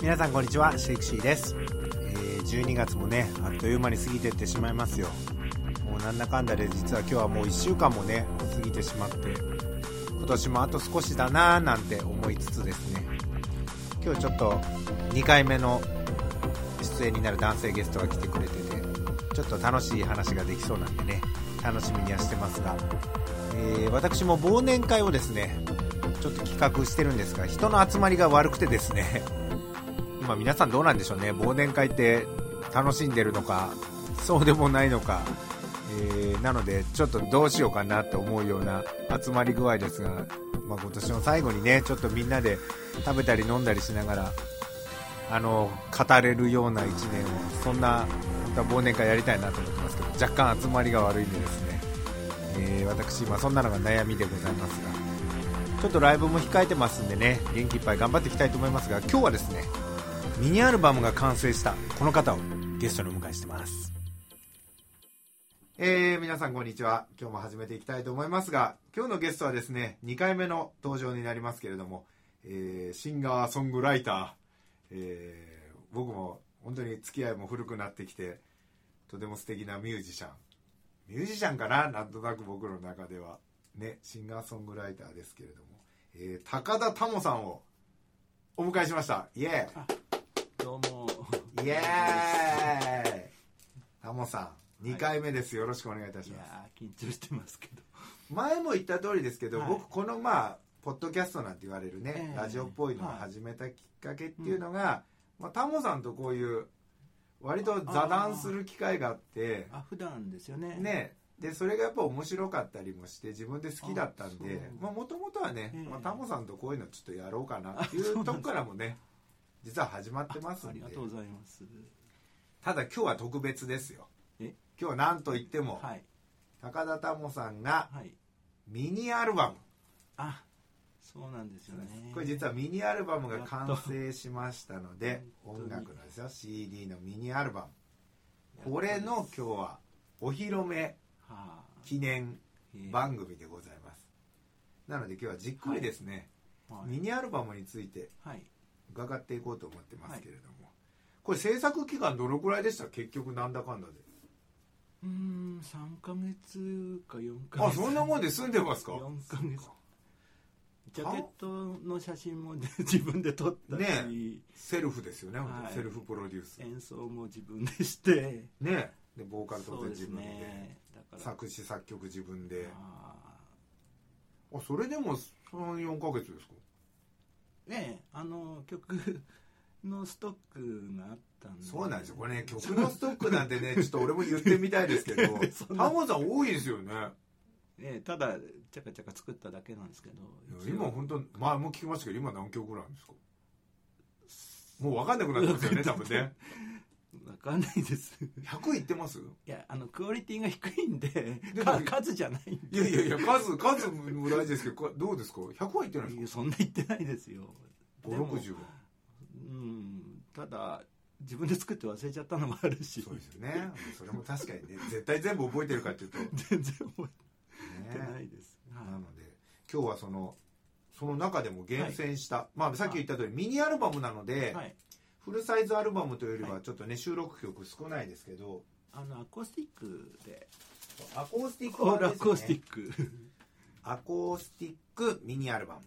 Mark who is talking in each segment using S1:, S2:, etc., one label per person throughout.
S1: 皆さんこんにちはシェイクシーです、えー12月もねあっという間に過ぎてってしまいますよもうなんだかんだで実は今日はもう1週間もね過ぎてしまって今年もあと少しだなーなんて思いつつですね今日ちょっと2回目の出演になる男性ゲストが来てくれててちょっと楽しい話ができそうなんでね楽しみにはしてますが、えー私も忘年会をですねちょっと企画してるんですが人の集まりが悪くてですね今皆さんどうなんでしょうね忘年会って楽しんでるのかそうでもないのか、えーなのでちょっとどうしようかなって思うような集まり具合ですが、まあ、今年の最後にねちょっとみんなで食べたり飲んだりしながらあの語れるような1年をそんな本当は忘年会やりたいなと思ってますけど若干集まりが悪いんでですね、えー私今そんなのが悩みでございますがちょっとライブも控えてますんでね元気いっぱい頑張っていきたいと思いますが今日はですねミニアルバムが完成したこの方をゲストにお迎えしてますえー、皆さんこんにちは今日も始めていきたいと思いますが今日のゲストはですね2回目の登場になりますけれども、えーシンガーソングライターえー僕も本当に付き合いも古くなってきてとても素敵なミュージシャンミュージシャンかななんとなく僕の中ではねシンガーソングライターですけれども、えー高田タモさんをお迎えしましたイエ
S2: どうも。
S1: ーイイエーイタモさん2回目です、よろしくお願いいたし
S2: い
S1: ます
S2: やー緊張してますけど。
S1: 前も言った通りですけど、
S2: はい
S1: 僕このまあポッドキャストなんて言われるね、
S2: ええ
S1: ラジオっぽいのを始めたきっかけっていうのが、まあ、タモさんとこういう割と座談する機会があって
S2: あ普段ですよね。。
S1: ねでそれがやっぱ面白かったりもして自分で好きだったん
S2: あそう
S1: でもともとはね、
S2: ええ
S1: まあ、タモさんとこういうのちょっとやろうかなっていうとこから もね実は始まってます
S2: あ
S1: ん
S2: り
S1: で
S2: がとうございます。
S1: ただ今日は特別ですよ
S2: え
S1: 今日なんといっても、
S2: はい
S1: 高田タモさんが
S2: はい。
S1: ミニアルバム
S2: あそうなんですよね。
S1: これ実はミニアルバムが完成しましたので
S2: やっと
S1: 音楽のですよ CD のミニアルバムこれの今日はお披露目
S2: は
S1: 記念
S2: い
S1: 番組でございますなので今日はじっくりですね、
S2: はい
S1: ミニアルバムについて
S2: はい。
S1: 伺っていこうと思ってますけれども、これ制作期間どのくらいでした結局なんだかんだで
S2: うーん三ヶ月か四ヶ月。
S1: あそんなもんで済んでますか
S2: 四ヶ月。ジャケットの写真も自分で撮ったり、
S1: セルフですよね、本当に
S2: はい
S1: セルフプロデュース
S2: 演奏も自分でして。
S1: ねでボーカル当
S2: そう
S1: 然
S2: です
S1: 自分で
S2: ね。だから。
S1: 作詞作曲自分で、
S2: あー
S1: あそれでも34ヶ月ですか
S2: ねえあの曲のストックがあったんで
S1: そうなんですよこれね曲のストックなんてね ちょっと俺も言ってみたいですけ ど
S2: そんな
S1: タモさん多いですよね
S2: ねえただちゃかちゃか作っただけなんですけど
S1: 今
S2: ん
S1: 本当前も聞きましたけど今何曲ぐらいあるんですかもう分かんなくなってますよ ね多分ね
S2: わかんないです
S1: 100いってます
S2: いやあのクオリティが低いんで
S1: でも
S2: か数じゃないん
S1: い
S2: で
S1: やいやいや数数も大事ですけどこどうですか100はいってない
S2: い
S1: で
S2: や
S1: すか
S2: そんな言ってないですよでも
S1: 560は
S2: うんただ自分で作って忘れちゃったのもあるし
S1: そうですよねそれも確かにね絶対全部覚えてるかって いうと、ね、
S2: 全然覚えてないです、はい
S1: なので今日はそのその中でも厳選した、まあさっき言った通りミニアルバムなので、
S2: はい
S1: フルサイズアルバムというより
S2: は
S1: はちょっとね収録曲少ないですけど
S2: あのアコースティックで
S1: アコースティック
S2: オー
S1: 版
S2: ル
S1: で
S2: ア
S1: すね
S2: コースティック
S1: アコースティックミニアルバム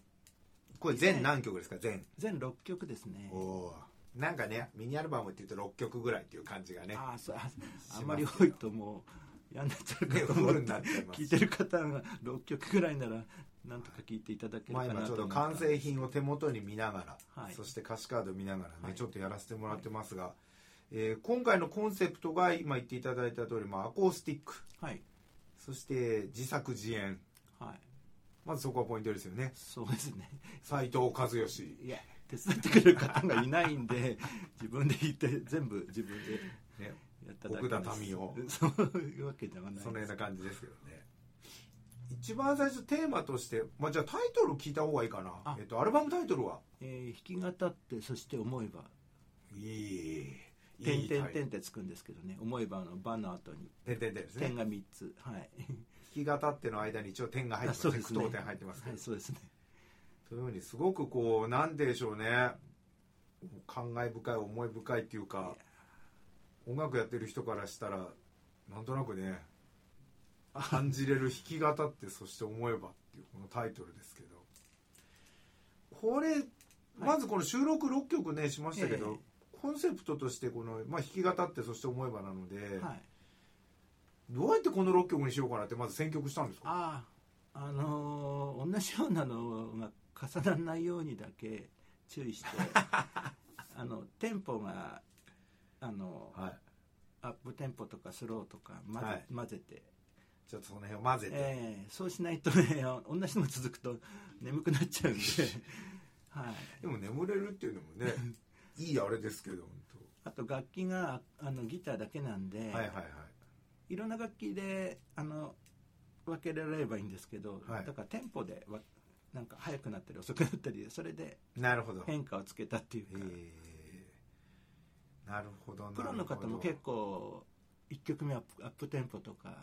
S1: これ全何曲ですか全
S2: 全6曲ですね
S1: おーなんかねミニアルバムっていうと6曲ぐらいっていう感じがね
S2: ああそうあ
S1: けど
S2: あんまり多いともう嫌になっちゃう
S1: ね
S2: かと
S1: フ
S2: 思
S1: ル
S2: っ
S1: に
S2: て
S1: なっちゃいます
S2: 聞いてる方が6曲ぐらいならなんとか聞いていただける
S1: まあ
S2: か
S1: 今
S2: な
S1: ち
S2: と
S1: ょう
S2: 思
S1: ど
S2: った
S1: 完成品を手元に見ながら、
S2: はい
S1: そして歌詞カード見ながらね、
S2: はい
S1: ちょっとやらせてもらってますが、えー今回のコンセプトが今言っていただいた通り、まあ、アコースティック
S2: はい
S1: そして自作自演
S2: はい
S1: まずそこはポイントですよね
S2: そうですね
S1: 斉藤和義
S2: いや手伝ってくれる方がいないんで 自分で弾いて全部自分で
S1: ね
S2: やっただけです
S1: 奥田民生
S2: そういうわけではない
S1: そのような感じですけどね一番最初テーマとして、まあ、じゃあタイトル聞いた方がいいかな
S2: あ、
S1: えっと、アルバムタイトルは
S2: えー弾き語ってそして思えば
S1: いい
S2: 「てんてん
S1: タイト
S2: てん」
S1: ル
S2: ってつくんですけどね「思えば」の「ば」の後に
S1: 点々点ですね
S2: 点が3つはい
S1: 弾き語っての間に一応点が 入ってますね句読点入ってますけ
S2: は
S1: ど
S2: いそうですね
S1: そういうふうにすごくこうなんでしょうね感慨深い思い深いっていうか音楽やってる人からしたらなんとなくね感じれる弾き語ってそして思えばっていうこのタイトルですけどこれまずこの収録6曲ねしましたけど、
S2: え
S1: コンセプトとしてこの、まあ、弾き語ってそして思えばなので、
S2: はい、
S1: どうやってこの6曲にしようかなってまず選曲したんですか
S2: あああのー同じようなのが重ならないようにだけ注 意してあのテンポがあの、
S1: はい
S2: アップテンポとかスローとか混ぜ,、
S1: はい
S2: 混ぜて、
S1: ちょっとその辺を混ぜて、
S2: ええそうしないとね同じの続くと眠くなっちゃうんで はい
S1: でも眠れるっていうのもねいいあれですけど本
S2: あと楽器があのギターだけなんで、
S1: 当はいはいはい
S2: いろんな楽器であの分けられればいいんですけど、
S1: はい
S2: だからテンポでわなんか速くなったり遅くなったりそれで
S1: なるほどへ
S2: 変化をつけたっていう
S1: え
S2: か、
S1: なるほどなる
S2: プ
S1: ほど
S2: ロの方も結構1曲目はアップアップテンポとか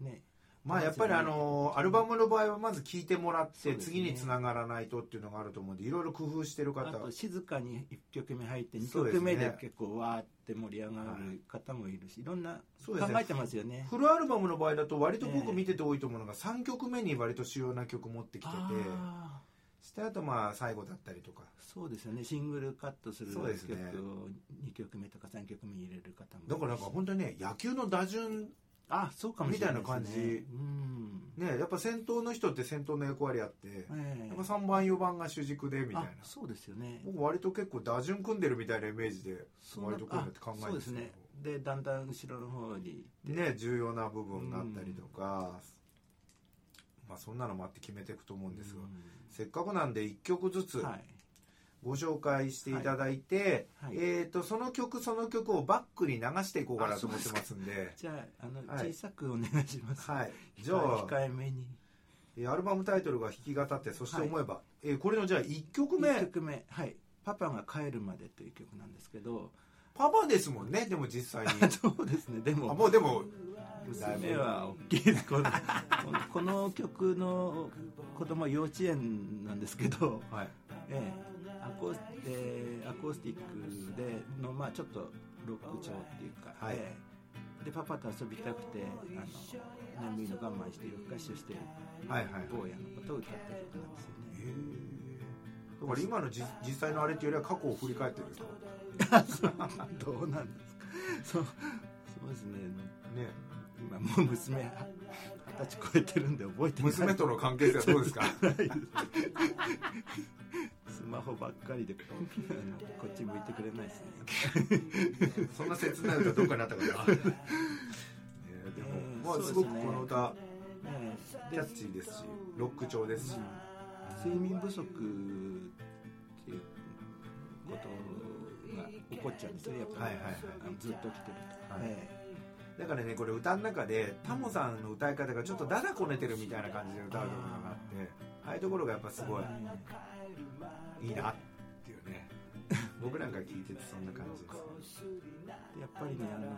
S2: ね
S1: まあやっぱりあのアルバムの場合はまず聴いてもらっ
S2: そう
S1: て
S2: ですね
S1: 次につながらないとっていうのがあると思うんでいろいろ工夫してる
S2: あ
S1: 方
S2: と静かに1曲目入って2
S1: そうです
S2: 曲
S1: ね
S2: 目で結構わーって盛り上がる方もいるし、いろんな
S1: そ
S2: 考
S1: うですね
S2: えてますよね
S1: フルアルバムの場合だと割と
S2: え
S1: 僕
S2: え
S1: 見てて多いと思うのが3曲目に割と主要な曲持ってきてて
S2: あ
S1: してあとまあ最後だったりとか
S2: ーそうですよねシングルカットする曲を
S1: そうですね
S2: 2曲目とか3曲目に入れる方もいるし
S1: だからなんか本当にね野球の打順
S2: あそうかもしれないです、ね、
S1: みたいな感じ
S2: うん
S1: ねやっぱ先頭の人って先頭の役割あって
S2: ええ
S1: やっぱ3番4番が主軸でみたいな
S2: あそうですよね
S1: 僕割と結構打順組んでるみたいなイメージで
S2: そんな
S1: 割とこうやって考え
S2: あそう
S1: るんで
S2: ですす
S1: けど
S2: ねでだんだん後ろの方に
S1: ね、重要な部分があったりとか、まあそんなのもあって決めていくと思うんですが、
S2: う
S1: せっかくなんで1曲ず
S2: ん
S1: つ
S2: はい
S1: ご紹介していただいて、
S2: はい
S1: えー、とその曲その曲をバックに流していこうかなと思ってますんで
S2: じゃああの、
S1: はい
S2: 小さくお願いします、
S1: はい、じゃあ
S2: 控えめに
S1: えーアルバムタイトルが弾き語ってそして思えば、えーこれのじゃあ1曲目
S2: 1曲目はい「パパが帰るまで」という曲なんですけど
S1: パパですもんねでも実際 に
S2: そうですねで
S1: あ
S2: も
S1: もうでも
S2: 娘は大きいですこのこの曲の子供は幼稚園なんですけど
S1: はい
S2: ええアコースえーアコースティックでの、まあ、ちょっとロック調っていうか、
S1: はい
S2: ええでパパと遊びたくてあの眠いの我慢して夜更かしをしてる
S1: はいはい
S2: 坊やのことを歌った曲なんですよね
S1: えーだから今のじ実際のあれっていうよりは過去を振り返ってるんですか
S2: どうなんですかそうそうですね
S1: ね
S2: 今もう娘は二十歳超えてるんで覚えてない
S1: 娘との関係性はどうですか
S2: スマホばっかりであのこっち向いてくれないですね
S1: そんな切ない歌どうかにな ったことはねでも、
S2: うん
S1: まあ、
S2: そうですすね
S1: ごくこの歌
S2: ええ
S1: キャッチーですしロック調ですし、
S2: 睡眠不足っていうことが起こっちゃうんですよやっぱり、
S1: はいはいはい
S2: あのずっと起きてると、
S1: はい
S2: え
S1: だからねこれ歌の中でタモさんの歌い方がちょっとだだこねてるみたいな感じで歌うところがあってああいうところがやっぱすごい
S2: え
S1: いいなっていう ね僕なんか聞いててそんな感じです
S2: でやっぱりねあの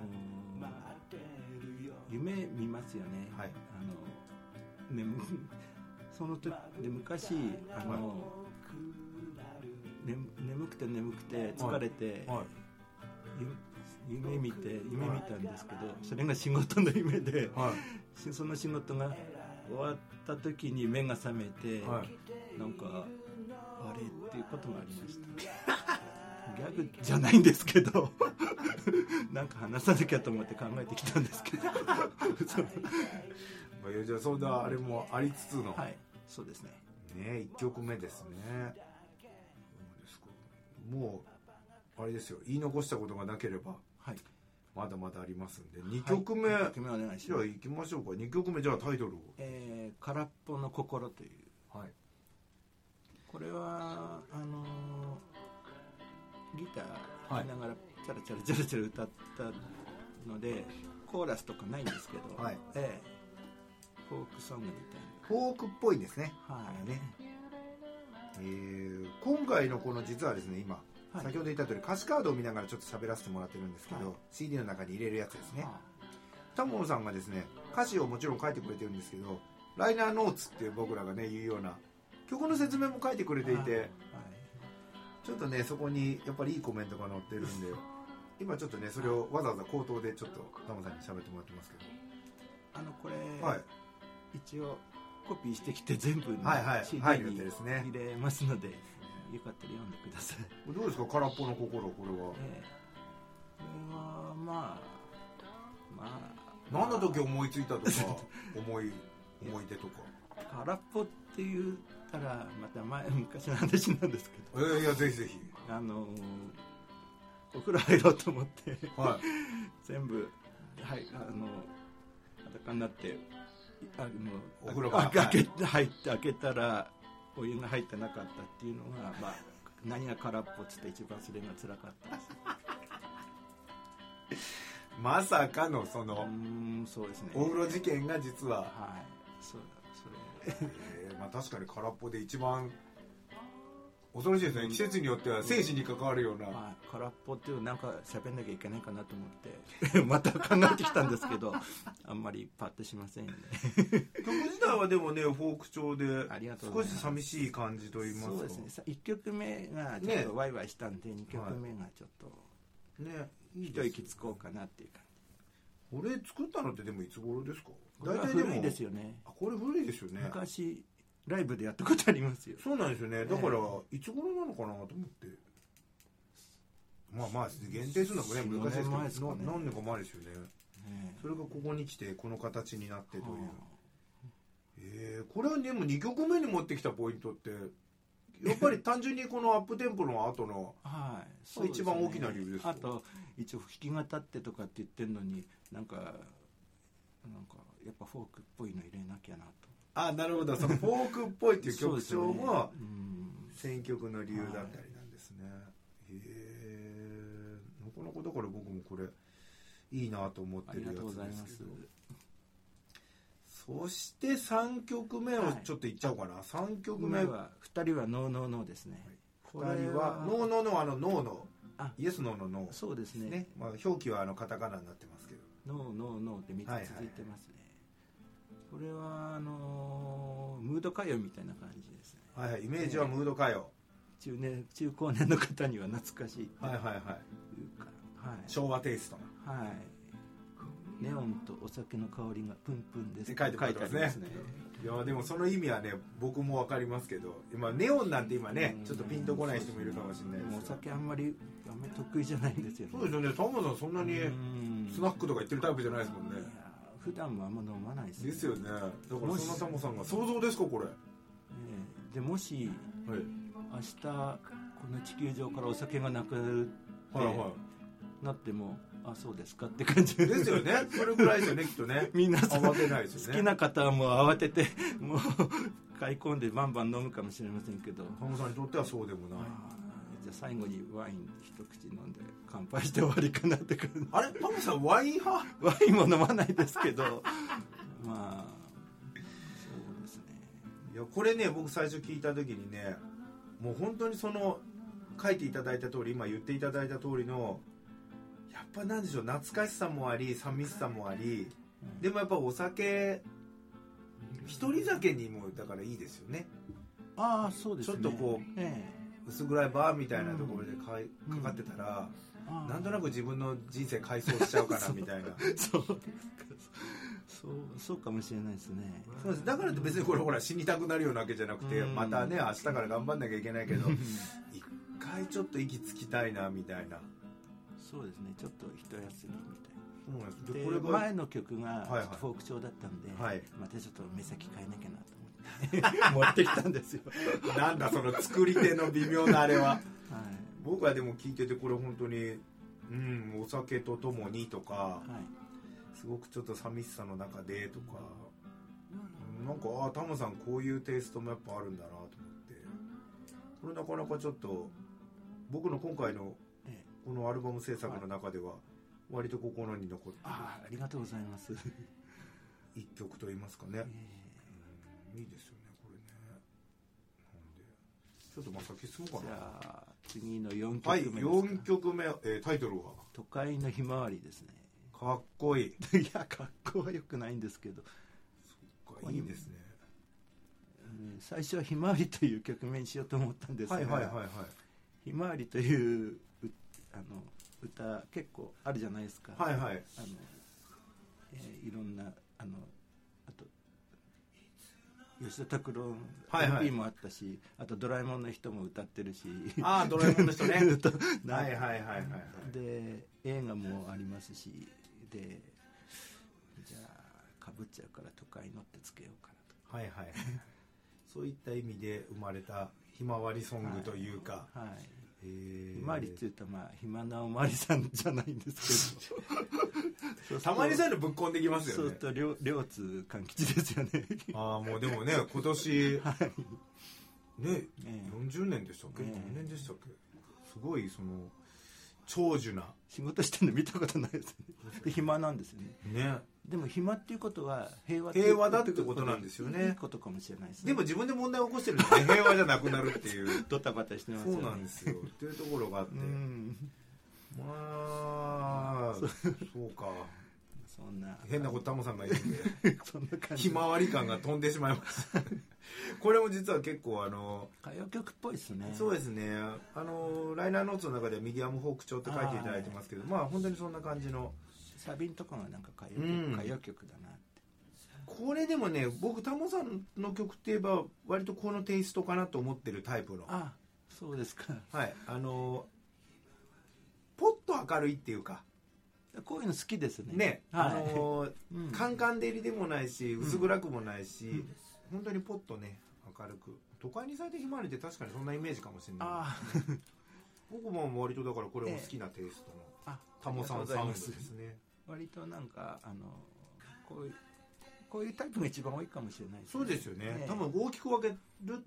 S2: 夢見ますよね、
S1: はい
S2: あの眠その時で昔あの、ね眠くて眠くて疲れて、
S1: はい
S2: ゆ夢見て夢見たんですけどそれが仕事の夢で
S1: は
S2: しその仕事が終わった時に目が覚めて、
S1: いはい
S2: なんかあれっていうことがありました ギャグじゃないんですけど なんか話さなきゃと思って考えてきたんです けどそう
S1: まあ、じゃあそんなあれもありつつの、
S2: はいそうですね
S1: ね1曲目ですねどうですかもうあれですよ言い残したことがなければ
S2: はい
S1: まだまだありますんで2曲目、
S2: はい二曲目お願いし
S1: じゃ
S2: ま
S1: あ
S2: す
S1: 行きましょうか2曲目じゃあタイトルを
S2: えー空っぽの心という
S1: はい
S2: これはあのーギター弾きながらチャラチャラチャラチャラ歌ったのでコーラスとかないんですけど、
S1: はい
S2: ええフォークソングみ
S1: フォークっぽいですね、
S2: たいな、はい
S1: ねえー今回のこの実はですね今、
S2: はい
S1: 先ほど言った通り歌詞カードを見ながらちょっと喋らせてもらってるんですけど、
S2: はい
S1: CD の中に入れるやつですね
S2: は
S1: タモンさんがですね歌詞をもちろん書いてくれてるんですけどライナーノーツっていう僕らがね言うような曲の説明も書いてくれていて、
S2: あはい
S1: ちょっとねそこにやっぱりいいコメントが載ってるんで今ちょっとねそれをわざわざ口頭でちょっとタモさんに喋ってもらってますけ
S2: あのこれ、
S1: ど、はい、
S2: 一応コピーしてきて全部の
S1: はいはい
S2: CD
S1: 入る予
S2: に
S1: 定ですね
S2: 入れますので、よかったら読んでください、
S1: どうですか空っぽの心これ
S2: ええこれはまあまあ
S1: は何の時思いつい たとか思い思い出とか
S2: 空っぽって言ったらまた前昔の話なんですけ
S1: いやいやぜひぜひ
S2: どあのお風呂入ろうと思って
S1: は
S2: 全部はいあの裸になってあの
S1: お風呂が
S2: あ開け入って開けたらお湯が入ってなかったっていうのが、まあ、何が空っぽっつって一番それが辛かったです
S1: いまさかのそう
S2: ー
S1: の
S2: んそうですね
S1: お風呂事件が実は、
S2: はいそうそれ
S1: えーまあ、確かに空っぽで一番恐ろしいですね季節によっては生死に関わるような、
S2: まあ、空っぽっていうなんか喋んなきゃいけないかなと思って また考えてきたんですけ どあんまりパッとしませんよね
S1: 曲自体はでもねフォーク調で
S2: ありがとうご
S1: 少
S2: ざい
S1: し
S2: ます
S1: 寂しい感じと言いますか
S2: そうですねさ1曲目がちょっ
S1: ね
S2: とワイワイしたんで、2曲目がちょっと
S1: ねいい
S2: 一
S1: です
S2: 息つこうかなっていう感
S1: これ作ったのってでもいつ頃ですか
S2: じこれは古いですよね
S1: あこれ古いですよね
S2: 昔ライブでやったことありますよ
S1: そうなんですよね
S2: ね
S1: だからいつ頃なのかなと思ってまあまあ限定するのもね
S2: 四
S1: 難しいですけど
S2: 年前ですかね
S1: な何年か前ですよね
S2: ね
S1: それがここに来てこの形になってという
S2: は
S1: えーこれはでも2曲目に持ってきたポイントってやっぱり単純にこのアップテンポの後の
S2: あはいそうですね
S1: 一番大きな理由ですよ
S2: あと一応弾き語ってとかって言ってるのになんかなんかやっぱフォークっぽいの入れなきゃなと
S1: あなるほどそのフォークっぽいっていう
S2: そう
S1: 曲
S2: ですよ
S1: 調
S2: ね
S1: も
S2: うん
S1: 選曲の理由だったりなんですね、へえなかなかだから僕もこれいいなと思っ
S2: あ
S1: て
S2: り
S1: るや
S2: がとうご
S1: つ
S2: ざい
S1: で
S2: ますす
S1: けどそして3曲目をちょっといっちゃおうかな、3曲
S2: 曲
S1: 目
S2: 目は2人はノーノーノーですね、こ
S1: 2
S2: れ
S1: 人は「ノーノーノー」あの「ノーノー
S2: あ」
S1: イエスノーの「ノー」
S2: そうですね
S1: ねまあ、表記はあのカタカナになってますけど
S2: ノーノーノーって3つ続いてますね、これはあのームード歌謡みたいな感じですね
S1: はいはいイメージはムード歌謡、
S2: 中年中高年の方には懐かしいって
S1: はいはいはい
S2: いうかはい、
S1: 昭和テイストな
S2: はい、ネオンとお酒の香りがプンプンです
S1: って書いてありますね
S2: 書いてあ
S1: いやでもその意味はね僕も分かりますけど今ネオンなんて今ね
S2: うん
S1: ちょっとピンとこない人もいるかもし
S2: りますね
S1: れ
S2: で
S1: ない
S2: もお
S1: ですけど
S2: 酒あんまりあんまり得意じゃないんですよね
S1: そうですよねタモさんそんなに
S2: うん
S1: スナックとか行ってるタイプじゃないですもんね
S2: いやー普段はあんま飲まないです
S1: ですよねだからそん
S2: もし
S1: なタモさんが想像ですかこれ
S2: ええでもし
S1: はい
S2: 明日この地球上からお酒がなくなる
S1: はいは
S2: なってもあそうですかって感じ
S1: いですよねそれぐらいですよねきっとね
S2: みんなさ
S1: 慌てないです
S2: 好
S1: よね
S2: きな方はもう慌ててもう買い込んでバンバン飲むかもしれませんけど
S1: タモさんにとってはそうでもない
S2: あーじゃあ最後にワイン一口飲んで乾杯して終わりかなって感じ
S1: あれタモさんワイン派
S2: ワインも飲まないですけどまあそうですね
S1: いやこれね僕最初聞いた時にねもう本当にその書いていただいた通り今言っていただいた通りのやっぱなんでしょう懐かしさもあり寂しさもありでもやっぱお酒一人酒にもだからいいですよね
S2: ああそうですね
S1: ちょっとこう
S2: え
S1: 薄暗いバーみたいなところでかい
S2: うん
S1: かかってたら、
S2: えあー
S1: なんとなく自分の人生回想しちゃうかなみたいな
S2: そうですかそうそうかもしれないですね
S1: そうですだからって別にこれほら死にたくなるようなわけじゃなくて、
S2: うん
S1: またね明日から頑張んなきゃいけないけど一回ちょっと息つきたいなみたいな。
S2: そうですねちょっと一休みみたいな
S1: そうなんです
S2: で
S1: でこれが
S2: 前の曲が
S1: いはい
S2: ちょっとフォーク調だったんで、
S1: はい
S2: またちょっと目先変えなきゃなと思って 持ってきたんですよ、
S1: なんだその作り手の微妙なあれは
S2: はい
S1: 僕はでも聞いててこれ本当にうんお酒とともにとか
S2: はい、
S1: すごくちょっと寂しさの中でとかうんなんかああタモさんこういうテイストもやっぱあるんだなと思ってこれなかなかちょっと僕の今回の
S2: ええ
S1: このアルバム制作の中では割と心に残って
S2: ああありがとうございます、
S1: る一曲と言いますかね、
S2: え
S1: うんいいですよねこれねなんでちょっとまあ先進も
S2: ー
S1: うか
S2: じ
S1: な
S2: ゃあ次の4曲
S1: は
S2: 目で
S1: い、
S2: すか、
S1: 4曲目、えータイトルは
S2: 都会のひまわりですね
S1: かっこい い。
S2: いや格好は良くないんですけど、
S1: いいですね。
S2: うん最初は「ひまわり」という曲名にしようと思ったんですが、
S1: はいはいはいはい。
S2: 「ひまわり」といううあの歌結構あるじゃないですか、
S1: はいはい
S2: あのえーいろんなあのあと吉田拓郎の
S1: はいはい
S2: LP もあったし、あと「ドラえもん」の人も歌ってるし
S1: ああドラえもんの人ね
S2: 歌な
S1: はいはいはいはいはい
S2: で映画もありますしでじゃあかぶっちゃうから都会のってつけようかなと
S1: はい はいそういった意味で生まれたひまわりソングというか、
S2: かはい
S1: えー
S2: ひまわりっていうとまあ暇なおまわりさんじゃないんですけどそうすると
S1: たまにそういうのぶっこんできます
S2: そ
S1: よ
S2: う
S1: ね
S2: すると両両津勘吉ですよね
S1: ああもうでもね今 年、ね
S2: ね
S1: 40年でしたっけ、
S2: ね
S1: 何年でしたっけすごいその長寿な
S2: 仕事してるの見たことないですね で暇なんですよね
S1: ね
S2: でも暇っていうことは平和
S1: 平和だってことなんですよね
S2: いいことかもしれないですね
S1: でも自分で問題を起こしてるんで、ね、平和じゃなくなるっていう
S2: ドタバタしてます
S1: そ
S2: よね
S1: うなんですよっていうところがあって
S2: うん
S1: まあそうか
S2: そんな
S1: 変なことタモさんが言うん で
S2: そんな感じ
S1: ひまわり感が飛んでしまいます これも実は結構あの
S2: 歌謡曲っぽいですね
S1: そう
S2: で
S1: ですねあのライナーノーツの中ではミディアムフォーク調って書いていただいてますけどまあ本当にそんな感じの
S2: すサビんとこがなんか歌謡曲,、
S1: うん
S2: 歌謡曲だなって
S1: これでもね僕タモさんの曲って言えば割とこのテイストかなと思ってるタイプの
S2: あそうですか
S1: はいあのポッと明るいっていうか
S2: こういうの好きですね
S1: ね、
S2: はい、
S1: あのー
S2: うん
S1: カンカン照りでもないし
S2: ん
S1: 薄暗くもないし、
S2: ん
S1: 本当にポッとね明るく都会に咲いてひまわりって確かにそんなイメージかもしれない
S2: あ
S1: 僕も割とだからこれも好きなテイストの
S2: ーあ
S1: タモさんサウンドです
S2: ありがとうございます割と
S1: ね
S2: なんかあのこういうこういうタイプが一番多いかもしれないですね、
S1: そうですよね、
S2: ええ
S1: 多分大きく分ける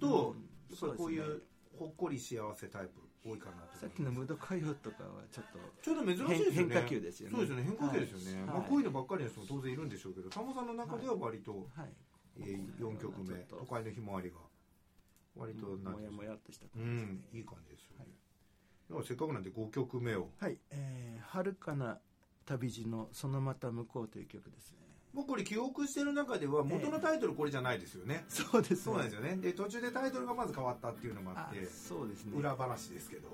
S1: と、
S2: うん
S1: やっぱりこう
S2: そ
S1: いううほっこり幸せタイプ多いかなと
S2: さっ
S1: 思
S2: き
S1: い
S2: の
S1: ま
S2: ム
S1: す
S2: ード歌謡とかはちょっと
S1: ちょっと珍しいですよね
S2: 変変化球ですよね
S1: そうですよね変化球ですよね、
S2: はい
S1: まあ、こういうのばっかりの人も当然いるんでしょうけどタモさんの中では割と、
S2: はい
S1: えー、4曲目「
S2: ちょっと
S1: 都会のひまわり」が割となん
S2: も
S1: てい
S2: や
S1: うんです
S2: も
S1: か
S2: やっとした
S1: う
S2: 感じです
S1: ん
S2: ね、
S1: いい感じですよね。ではせっかくなんで5曲目を。
S2: はい、えー、遥かな旅路のそのまた向こうという曲ですね
S1: もうこれ記憶してる中では元のタイトルこれじゃないですよね。
S2: そうですね
S1: そうなんですよね。で、途中でタイトルがまず変わったっていうのもあ
S2: あ
S1: って、
S2: そうですね
S1: 裏話ですけど。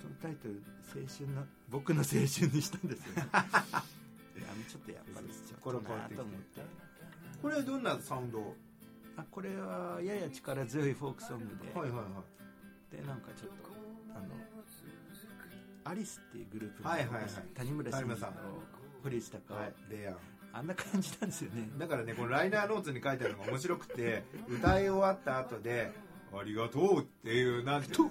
S2: そのタイトル「青春の僕の青春」にしたん ですよ、ね、いやちょっとやっぱりちょっとなと思って
S1: これはどんなサウンドは
S2: あこれはやや力強いフォークソングで、
S1: いはいは
S2: でなんかちょっとあのアリスっていうグループ
S1: はいはいはい
S2: 谷村新司
S1: 谷村
S2: さ
S1: さん
S2: んと堀内孝雄、
S1: はい、レア。
S2: あんな感じなんですよね
S1: だからね、このライナーノーツに書いてあるのが面白くて、歌い終わった後で、ありがとうっていう、なんて、
S2: 谷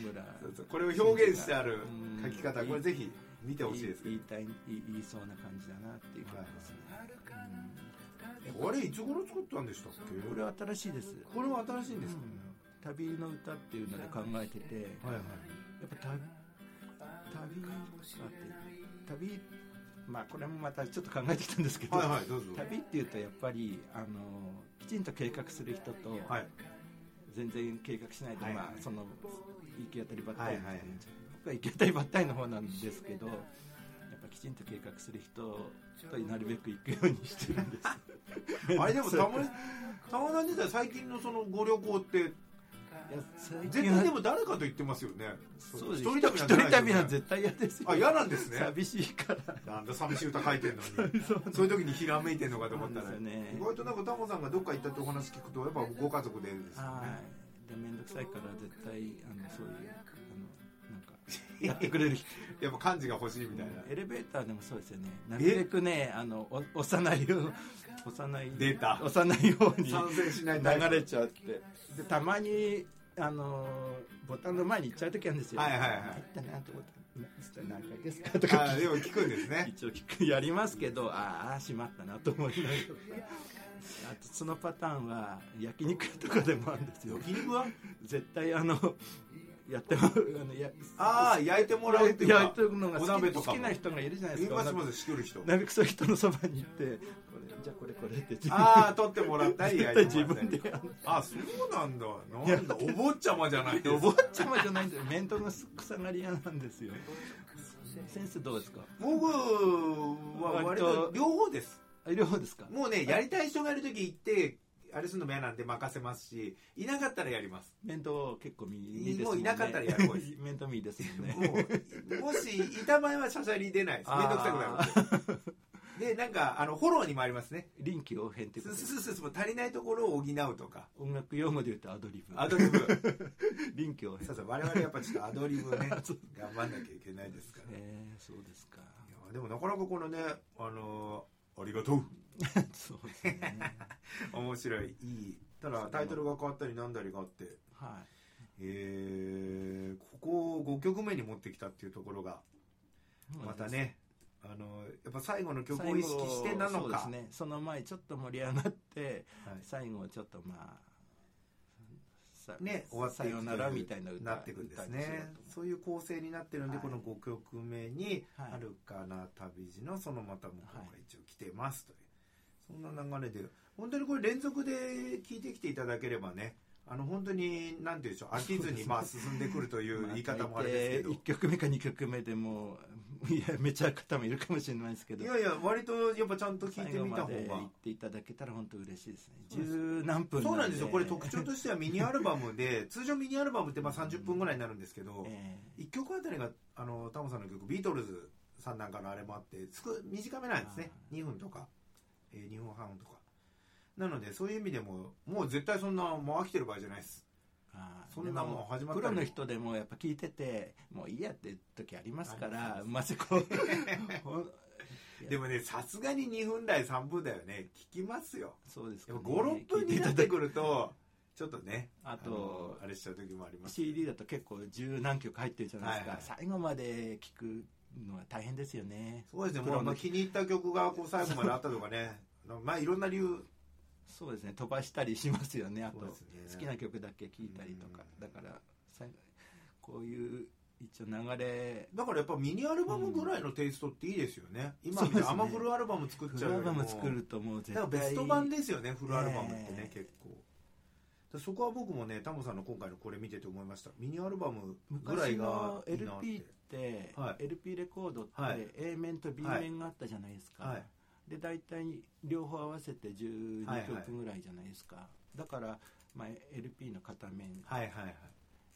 S2: 村
S1: そうそうこれを表現してある書き方、
S2: うん
S1: これぜひ見てほしいですけ
S2: 言
S1: ど
S2: い。たい言い言いそうな感じだなっていう感じですね、
S1: あれ、いつ頃作ったんでしたっけ
S2: これは新しいです
S1: これは新しいんですかね、
S2: 旅の歌っていうので考えてて、
S1: はいはい
S2: やっぱ旅旅待って旅まあこれもまたちょっと考えてきたんですけど、
S1: はいはいどうぞ
S2: 旅っていうとやっぱりあのきちんと計画する人と、
S1: はい
S2: 全然計画しないと、
S1: はい
S2: まあその行き当たりばったり、
S1: はいはい
S2: 僕は行き当たりばったりの方なんですけどやっぱきちんと計画する人となるべく行くようにしてるんです
S1: あれでも
S2: そ
S1: た
S2: う
S1: まにたまさん自体最近のそのご旅行って
S2: いや最
S1: 絶
S2: 近は
S1: 対でも誰かと言ってますよね
S2: そうです
S1: 一
S2: 一
S1: 人
S2: 人
S1: 旅
S2: 旅
S1: な
S2: なんんて
S1: てないですよね
S2: 絶対嫌ですよ
S1: あ嫌なんですね
S2: 寂しいから
S1: なんだ寂しい歌書いてんのにそういう時にひらめいてんのかと思ったら、
S2: そうなんですよね
S1: 意外となんかタモさんがどっか行ったってお話聞くとやっぱご家族でですよ
S2: は
S1: ね
S2: いで面倒くさいから絶対あのそういうあのなんかやってくれる人
S1: やっぱ漢字が欲しいみたいな、
S2: エレベーターでもそうですよねなるべくねあのお押さないよう押さない
S1: 出た
S2: 押さないように
S1: 参戦しないタイプ
S2: 流れちゃってでたまにあのボタンの前に行っちゃう時あるんですよ
S1: はいはいはい
S2: 入ったなと思って何回ですかとか
S1: あでも聞くんです ね
S2: 一応聞くやりますけどああしまったなと思い ながらあとそのパターンは焼肉とかでもあるんですよ
S1: 焼肉は
S2: 絶対あのやってもあのや
S1: ああ焼いてもらうっていうか
S2: 焼いてるのが
S1: お
S2: 好
S1: 鍋
S2: き
S1: とか
S2: 好き
S1: も
S2: な人がいるじゃないで
S1: 言い
S2: すか
S1: ますまずしくる人
S2: なるべくそういう人のそばに行ってこれじゃあこれこれって自分
S1: ああ取ってもらったり焼いて
S2: 自
S1: もらった
S2: 分
S1: り
S2: でやる
S1: あそうなんだなんだお坊ちゃまじゃないですか
S2: お坊ちゃまじゃないんですよ面倒の草刈り屋なんですよ 先生どうですか
S1: 僕は割と
S2: 割と
S1: 両方です
S2: あ両方ですか
S1: もうねやりたい人がいる時行ってあれするのも嫌なんで任せますしいなかったらやります
S2: 面倒結構見見です
S1: も
S2: も
S1: うんい
S2: ね
S1: なかったらやる方がい い
S2: 面倒見いですもんね
S1: もうもしいた場合はしゃしゃり出ないです面倒くさくなる
S2: くなる
S1: でなんかあのフォローにもありますね
S2: 臨機応変ってこ
S1: す
S2: と
S1: す
S2: です
S1: すすすもう足りないところを補うとか
S2: 音楽用語で言うとアドリブ
S1: アドリブ
S2: 臨機応変
S1: そうそう我々やっぱちょっとアドリブ ね頑張んなきゃいけないですから、
S2: えー、そうです か
S1: いやでもなかなかこのねあのありがとう
S2: そうですね
S1: 面白いいいただタイトルが変わったりなんだりがあって
S2: は
S1: えーここを5曲目に持ってきたっていうところが
S2: い
S1: またねあのやっぱ最後の曲
S2: 最
S1: を
S2: 後
S1: 意識してなのか
S2: そうですねその前ちょっと盛り上がって
S1: はい
S2: 最後ちょっとまあさ
S1: ね終わっていく
S2: さよならみたいな歌
S1: なっていくんです
S2: 歌にしよ
S1: ね
S2: うと
S1: そういう構成になってるんで、
S2: はい
S1: この5曲目に「
S2: はい
S1: はるかな旅路のそのまた向こうが一応来てます」という、そんな流れで本当にこれ連続で聴いてきていただければねあの本当に何て言うんでしょう飽きずにまあ進んでくるという言い方もあれですけど
S2: 1。曲目か2曲目でもういやめちゃう方もいるかもしれないですけ
S1: い
S2: ど
S1: やいや割とやっぱちゃんと聞いてみた
S2: 最後ま
S1: 方
S2: で
S1: が
S2: 言っていただけたら本当嬉しいですね
S1: そうです
S2: 十何分
S1: そうなんですよこれ特徴としてはミニアルバ ムで通常ミニアルバムってまあ30分ぐらいになるんですけど、
S2: え
S1: 1曲あたりがあのタモさんの曲ビートルズさんなんかのあれもあってすく短めなんですね
S2: あ
S1: 2分とか、えー、2分半とかなのでそういう意味でももう絶対そんなもう飽きてる場合じゃないです
S2: えああ
S1: そんなもん始まっ
S2: プ
S1: たり
S2: ロの人でもやっぱ聞いててもういいやって時ありますか
S1: あ
S2: ら
S1: り
S2: まずこうほんいや
S1: でもねさすがに2分台3分台はね聞きますよ
S2: そうです
S1: や
S2: か
S1: っ
S2: ね
S1: ぱ56分になってくるとちょっとね
S2: あ
S1: あの
S2: と
S1: あれしちゃう時もあります
S2: CD だと結構十何曲入ってるじゃないですか、
S1: はいはい
S2: 最後まで聞くのは大変ですよね
S1: そうですね
S2: プ
S1: もう
S2: ロ
S1: あの
S2: の
S1: 気に入った曲がこう最後まであったとかね まあいろんな理由
S2: そうですね飛ばしたりしますよねあと
S1: そうですね
S2: 好きな曲だけ聴いたりとか
S1: うん
S2: だから最後こういう一応流れ
S1: だからやっぱミニアルバムぐらいのテイストっていいですよね、今みたいにアマフルアルバム作っ
S2: フ
S1: ちゃ
S2: ル
S1: う
S2: ア
S1: よ
S2: ル
S1: りも
S2: バム作るともう絶
S1: だか
S2: 対
S1: らベスト版ですよねフルアルバムってね
S2: ねえ
S1: 結構だからそこは僕もねタモさんの今回のこれ見てて思いましたミニアルバムぐら
S2: 昔
S1: いが
S2: の
S1: いいなって
S2: LP って、
S1: はい
S2: LP レコードって
S1: はい
S2: A 面と B 面があったじゃないですか、
S1: はい
S2: で大体両方合わせて12
S1: はいはい
S2: 曲ぐらいじゃないですか、だから、まあ、LP の片面
S1: はいはいはい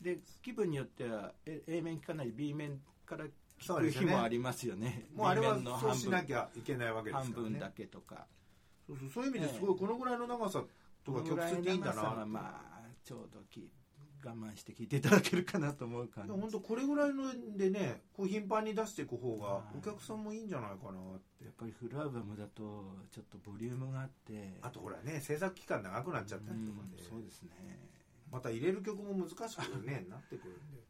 S2: で気分によっては A A 面聞かない B 面から
S1: そ
S2: 聞
S1: うで
S2: く
S1: すよ
S2: 日
S1: ね
S2: もありますよね
S1: もうあれ
S2: B
S1: は
S2: 面の
S1: そう
S2: 半
S1: しな
S2: 分
S1: きゃいけないわけですから、ね、
S2: 半分だけとか
S1: そうそうそういう意味ですごいこのぐらいの長さとか曲数っていいんだ
S2: このぐらいの長さ
S1: な
S2: はまあちょうどき我慢して聞いていただけるかなと思う感
S1: で
S2: じ
S1: も本当これぐらいのでねこう頻繁に出していく方が
S2: はい
S1: お客さんもいいんじゃないかなって
S2: やっぱりフルアルバムだとちょっとボリュームがあって
S1: あとほらね制作期間長くなっちゃったりとかで、
S2: うんそうですね
S1: また入れる曲も難しくねなってくるんで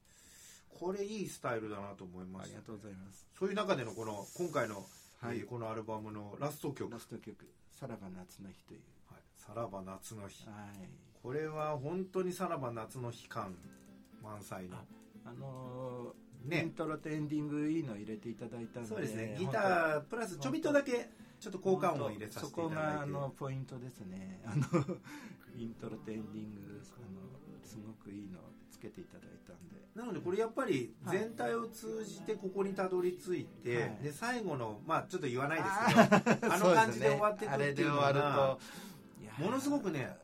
S1: これいいスタイルだなと思いま
S2: あ
S1: し
S2: り
S1: た
S2: がとうございます
S1: そういう中でのこの今回の、
S2: はい
S1: えーこのアルバムのラスト曲「
S2: ラスト曲「さらば夏の日」という
S1: はいさらば夏の日」
S2: はい
S1: これは本当にさらば夏の日感満載の
S2: ああのーイン
S1: ね
S2: トロとエンディングいいの入れていただいたんで
S1: そうですねギ
S2: 本
S1: タ
S2: 当
S1: ープラスちょびっとだけちょっと効果音を入れさせていただい
S2: そこがあ
S1: て
S2: のポイントですね あのイントロとエンディングあのすごくいいのをつけていただいたんで
S1: なのでこれやっぱり
S2: はい
S1: 全体を通じてここにたどり着いて、
S2: はい
S1: で最後のまあちょっと言わないですけどあの感じで終わってい く
S2: そう
S1: っ
S2: です
S1: てい
S2: ね
S1: うの
S2: あれで終
S1: が
S2: わるといやー
S1: ものすごくね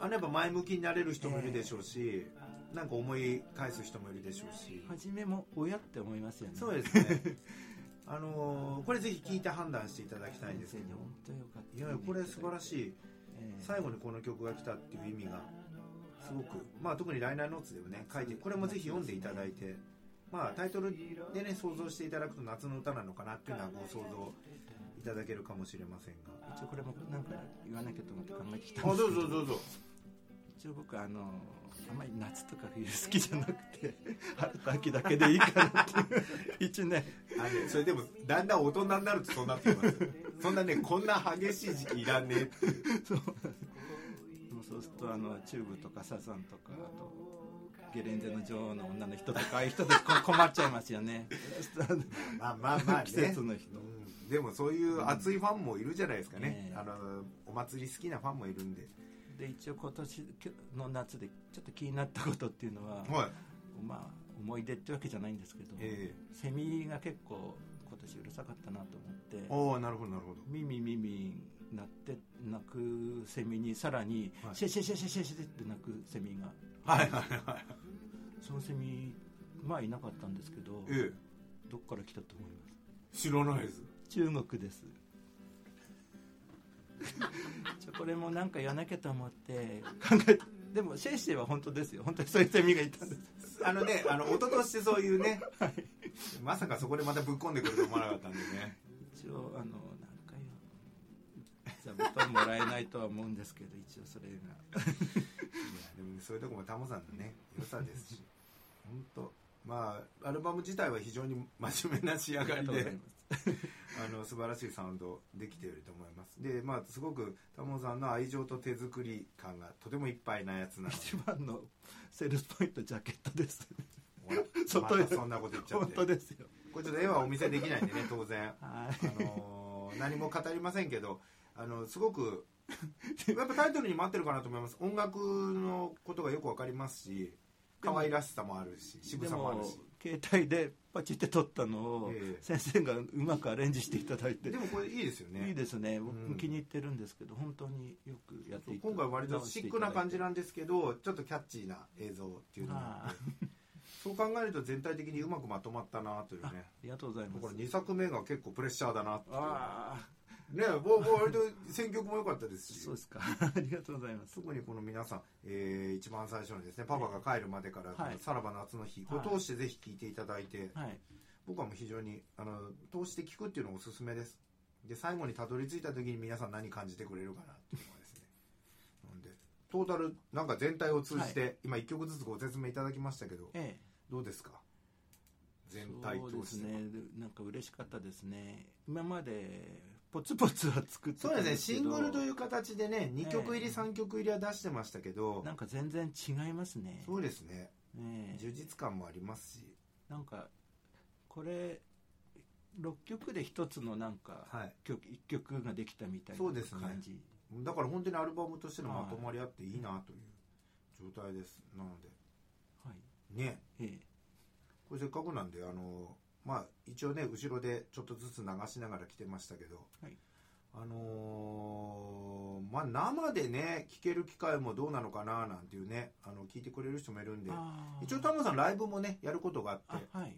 S1: あのやっぱ前向きになれる人もいるでしょうし、なんか思い返す人もいるでしょうし、
S2: 初めも親って思いますよね
S1: そうですね あのーこれぜひ聞いて判断していただきたいんですけ
S2: 先生に
S1: ど
S2: 本当よかった
S1: いやいやこれ素晴らしい
S2: ええ
S1: 最後にこの曲が来たっていう意味がすごく、まあ、特に「ライナーノーツ」でもね書いてこれもぜひ読んでいただいて、まあ、タイトルでね想像していただくと夏の歌なのかなっていうのはご想像いただけるかもしれませんが
S2: 一応これもなんか言わなきゃと思って考えてきた
S1: あど
S2: ん
S1: う
S2: です
S1: ぞ
S2: けど
S1: どうぞ
S2: 一応僕あのあまり夏とか冬好きじゃなくて春と秋だけでいいかな っていう一年
S1: あのそれでもだんだん大人になるとそうなってきますそんなねこんな激しい時期いらんねえって
S2: そうもうそうするとあのチューブとかサザンとかあとゲレンデの女王の女の人とかああいう人でこ 困っちゃいますよねそうすると
S1: まあまあ
S2: あ
S1: まあ
S2: の
S1: ね
S2: 季節の人
S1: うんでもそういう熱いファンもいるじゃないですかね、
S2: ねえ
S1: あのお祭り好きなファンもいるんで、
S2: で一応今年の夏でちょっと気になったことっていうのは、
S1: はい
S2: まあ思い出ってわけじゃないんですけど、
S1: え
S2: セミが結構今年うるさかったなと思って
S1: えおおなるほどなるほど
S2: ミミミミなって鳴くセミにさらに
S1: はい
S2: シェシェシェシェシェシェって鳴くセミが
S1: はいはいはい
S2: そのセミ前いなかったんですけど
S1: ええ
S2: どっから来たと思います
S1: 知らないです
S2: 中国ですちょこれもなんか言わなきゃと思って考えてでもシェイシェイは本当ですよ本当にそういうセミがいたんです
S1: あのねあの音としてそういうね、まさかそこでまたぶっ込んでくると思わなかったんでね
S2: 一応あの何回座布団もらえないとは思うんですけど一応それが
S1: いやでもねそういうとこもタモさんのね良さですし本当まあアルバム自体は非常に真面目な仕上がり
S2: ありがとうござ
S1: で
S2: います
S1: あの素晴らしいサウンドできていると思いますでまあすごくタモさんの愛情と手作り感がとてもいっぱいなや つなので
S2: 一番のセールスポイントジャケットです
S1: ほら
S2: 外へ
S1: またそんなこと言っちゃ っ
S2: 本
S1: て
S2: 当ですよ
S1: これちょっと絵はお見せできないんでね当然
S2: は
S1: あのー何も語りませんけどあのすご くやっぱタイトルにも合ってるかなと思います音楽のことがよくわかりますし可愛らしさもあるし
S2: い
S1: 渋
S2: で
S1: さもある
S2: も
S1: し
S2: 携帯でパチって撮ったのを
S1: ええ
S2: 先生がうまくアレンジしていただいて
S1: でもこれいいですよね
S2: いいですね僕
S1: うん
S2: も気に入ってるんですけど本当によくやっていた
S1: 今回割とシックな感じ
S2: 直
S1: なんですけどちょっとキャッチーな映像っていうのがあってそう考えると全体的にうまくまとまったなという
S2: していただいて
S1: ね
S2: ありがとうございま
S1: これ
S2: す
S1: 2作目が結構プレッシャーだなっていう
S2: あ
S1: ねもうもう割と選曲も良かったです
S2: あ
S1: し
S2: そうです かありがとうございます
S1: 特にこの皆さん、えー一番最初のですねパパが帰るまでから、
S2: はい
S1: さらば夏の日、これ通してぜひ聴いていただいて、
S2: はい
S1: 僕はもう非常にあの通して聴くっていうのがおすすめですで最後にたどり着いた時に皆さん何感じてくれるかなっていうのがですねなんでトータルなんか全体を通じて、今1曲ずつご説明いただきましたけど
S2: ええ
S1: どうですか全体
S2: そう
S1: 通
S2: です
S1: して
S2: ねなんか嬉しかったですね今までポツポツは作って
S1: そう
S2: た
S1: で
S2: んで
S1: すね
S2: すけ
S1: シ
S2: ど
S1: ングルという形でね2曲入り、
S2: ええ
S1: 3曲入りは出してましたけど
S2: なんか全然違いますね
S1: そうですね
S2: ねえ
S1: 充実感もありますし
S2: なんかこれ6曲で1つのなんか
S1: はい
S2: 曲1曲ができたみたいな
S1: そうですね
S2: 感じ、
S1: だから本当にアルバムとしてのまとまりあっていいなという状態です、なので
S2: はい
S1: ね
S2: ええ
S1: これせっかくなんであのまあ一応ね後ろでちょっとずつ流しながら来てましたけど、
S2: はい
S1: あのーまあ生でね聴ける機会もどうなのかななんていうねあの聞いてくれる人もいるんで
S2: あー
S1: 一応タモさんライブもねやることがあって
S2: あはい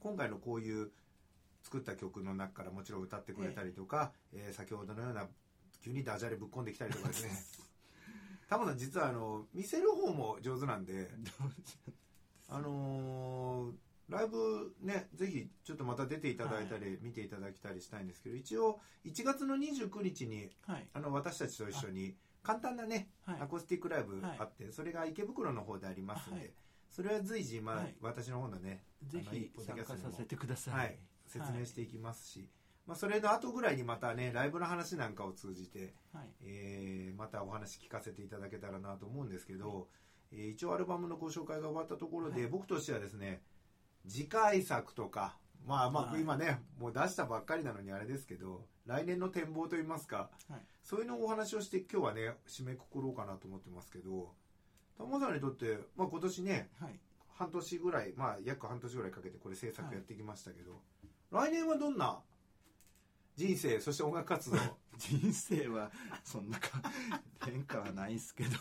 S1: 今回のこういう作った曲の中からもちろん歌ってくれたりとか、えー先ほどのような急にダジャレぶっ込んできたりとかですね タモさん実はあの見せる方も上手なんで
S2: どうです
S1: あのーライブねぜひちょっとまた出ていただいたり、見ていただきたりしたいんですけど一応1月の29日に
S2: はい
S1: あの私たちと一緒に簡単なね
S2: はい
S1: アコースティックライブあって、それが池袋の方でありますんで、
S2: はい
S1: それは随時、まあ
S2: はい
S1: 私の方のね
S2: ぜ
S1: あの一
S2: ひ
S1: 歩だ
S2: 参
S1: け
S2: 加させてください、
S1: はい、説明していきますし、まあ、それの後ぐらいにまたねライブの話なんかを通じて、
S2: はい
S1: えーまたお話聞かせていただけたらなと思うんですけど、えー一応アルバムのご紹介が終わったところで、
S2: はい
S1: 僕としてはですね次回作とかまあまあ
S2: はい
S1: 今ね、もう出したばっかりなのにあれですけど来年の展望といいますか、
S2: はい
S1: そういうのをお話をして今日はね締めくくろうかなと思ってますけど玉さんにとって、まあ、今年ね、
S2: はい
S1: 半年ぐらいまあ約半年ぐらいかけてこれ制作
S2: はい
S1: やってきましたけど、来年はどんな人生そして音楽 活動
S2: 人生はそんなか 変化はないんすけど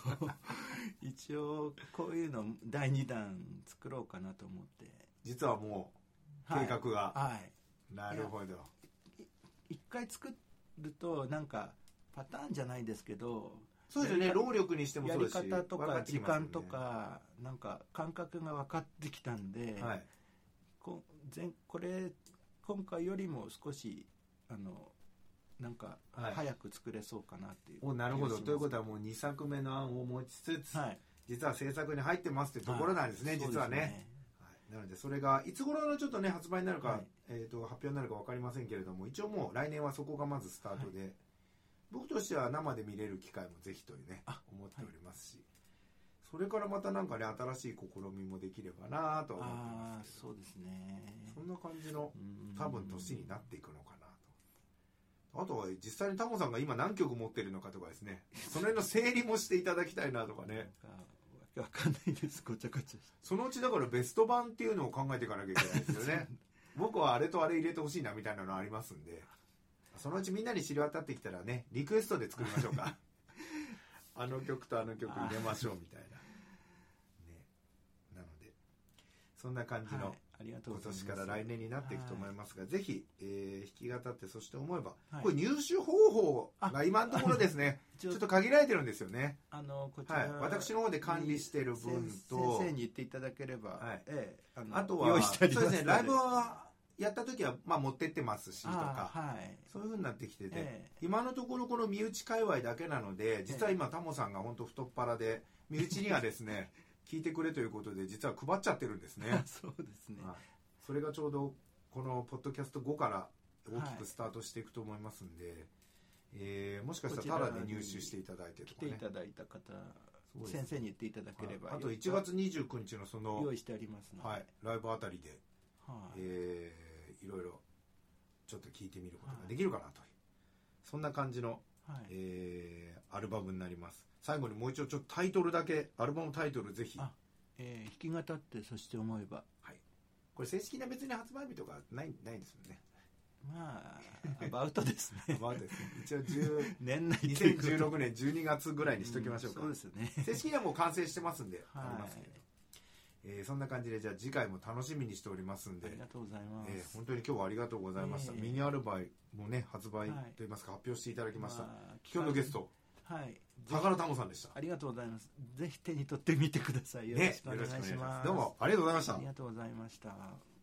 S2: 一応こういうの第2弾作ろうかなと思って
S1: 実はもう計画が、
S2: はい、はい
S1: なるほど
S2: 一回作るとなんかパターンじゃないですけど
S1: そうですよね
S2: やり
S1: 労力にしても
S2: や
S1: そう
S2: り
S1: ですし
S2: 方と
S1: 分
S2: か
S1: って
S2: 時
S1: きますよ
S2: 間
S1: ね
S2: とかなんか感覚が分かってきたんで、
S1: はい
S2: こ前これ今回よりも少しあのなんか
S1: はい
S2: 早く作れそうかなっていう、
S1: おなるほど
S2: 気がします
S1: ということはもう2作目の案を持ちつつ、
S2: はい
S1: 実は制作に入ってますっていうところなんですね、
S2: そう
S1: 実はねはいなのでそれがいつ頃のちょっとね発売になるか、
S2: はい
S1: えー、と発表になるか分かりませんけれども一応もう来年はそこがまずスタートで、僕としては生で見れる機会もぜひというね
S2: あ
S1: 思っておりますし、それからまたなんかね新しい試みもできればなとは思っ
S2: あ
S1: て
S2: あ
S1: ます
S2: そうですね
S1: けどそんな感じの
S2: うん
S1: 多分年になっていくのかなとあとは実際にタモさんが今何曲持ってるのかとかですねその辺の整理もしていただきたいなとか
S2: なん
S1: ね
S2: かわけわかんないですごちゃごちゃして
S1: そのうちだからベスト版ってい うのを考えていかなきゃいけないですよね僕はあれとあれ入れてほしいなみたいなのありますんでそのうちみんなに知り渡ってきたらねリクエストで作りましょ うかあの曲とあの曲入れましょうみ たいなねなのでそんな感じの、
S2: はいありがとうござい
S1: 今
S2: ます
S1: 年から来年になっていくと思いますが、ぜひ、えー弾き語ってそして思えば、
S2: はい
S1: これ入手方法が今のところですねち
S2: 一
S1: ょ
S2: 応
S1: っと限られてるんですよね
S2: あのこちら、
S1: はい私の方で管理してる分と
S2: 先先生に言っていただければ、
S1: はい
S2: ええあの
S1: あとは
S2: 用意してありま
S1: そう
S2: す
S1: で
S2: の
S1: す
S2: で
S1: ねライブはやった時は、まあ、持ってってますしとか、
S2: あーはい
S1: そういうふうになってきてて、
S2: え
S1: 今のところこの身内界隈だけなので実は今タモさんが本当太っ腹で身内にはです ね聞いてくれということで実は配っちゃってるんですね
S2: えそうですね
S1: はいそれがちょうどこのポッドキャスト5から大きくスタートしていくと思いますんで、えーもしかしたらタダで入手していただいて
S2: 来
S1: とか
S2: てい
S1: ね
S2: ただいた方、
S1: そうですね
S2: 先生に言っていただければ、
S1: はいあと1月29日のその
S2: 用、意してありますので、
S1: はい、ライブあたりで、
S2: はい
S1: えーいろいろちょっと聞いてみることができるかなという、そんな感じの、
S2: はい
S1: えーアルバムになります最後にもう一度ちょっとタイトルだけアルバムタイトルぜひ
S2: あえー弾き語ってそして思えば
S1: これ正式な別に発売日とかないないですよね
S2: まあアバウトですね
S1: まあですね 一応10
S2: 年内ということで
S1: 2016年12月ぐらいにしときましょうか、
S2: んそうですね
S1: 正式にはもう完成してますんで、
S2: はい
S1: ありますけど、えーそんな感じでじゃあ次回も楽しみにしておりますん
S2: あ
S1: で
S2: り、がとうございます、
S1: えー本当に今日はありがとうございました、
S2: ええ
S1: ミニアルバイもね発売
S2: はい
S1: といいますか、発表していただきました、
S2: まあ
S1: 今日のゲスト
S2: はいぜひ
S1: 高田太さんでした
S2: ありがとうございますぜひ手に取ってみてくださいよろ
S1: ね
S2: しくお願いします,、
S1: どうもありがとうございました
S2: ありがとうございました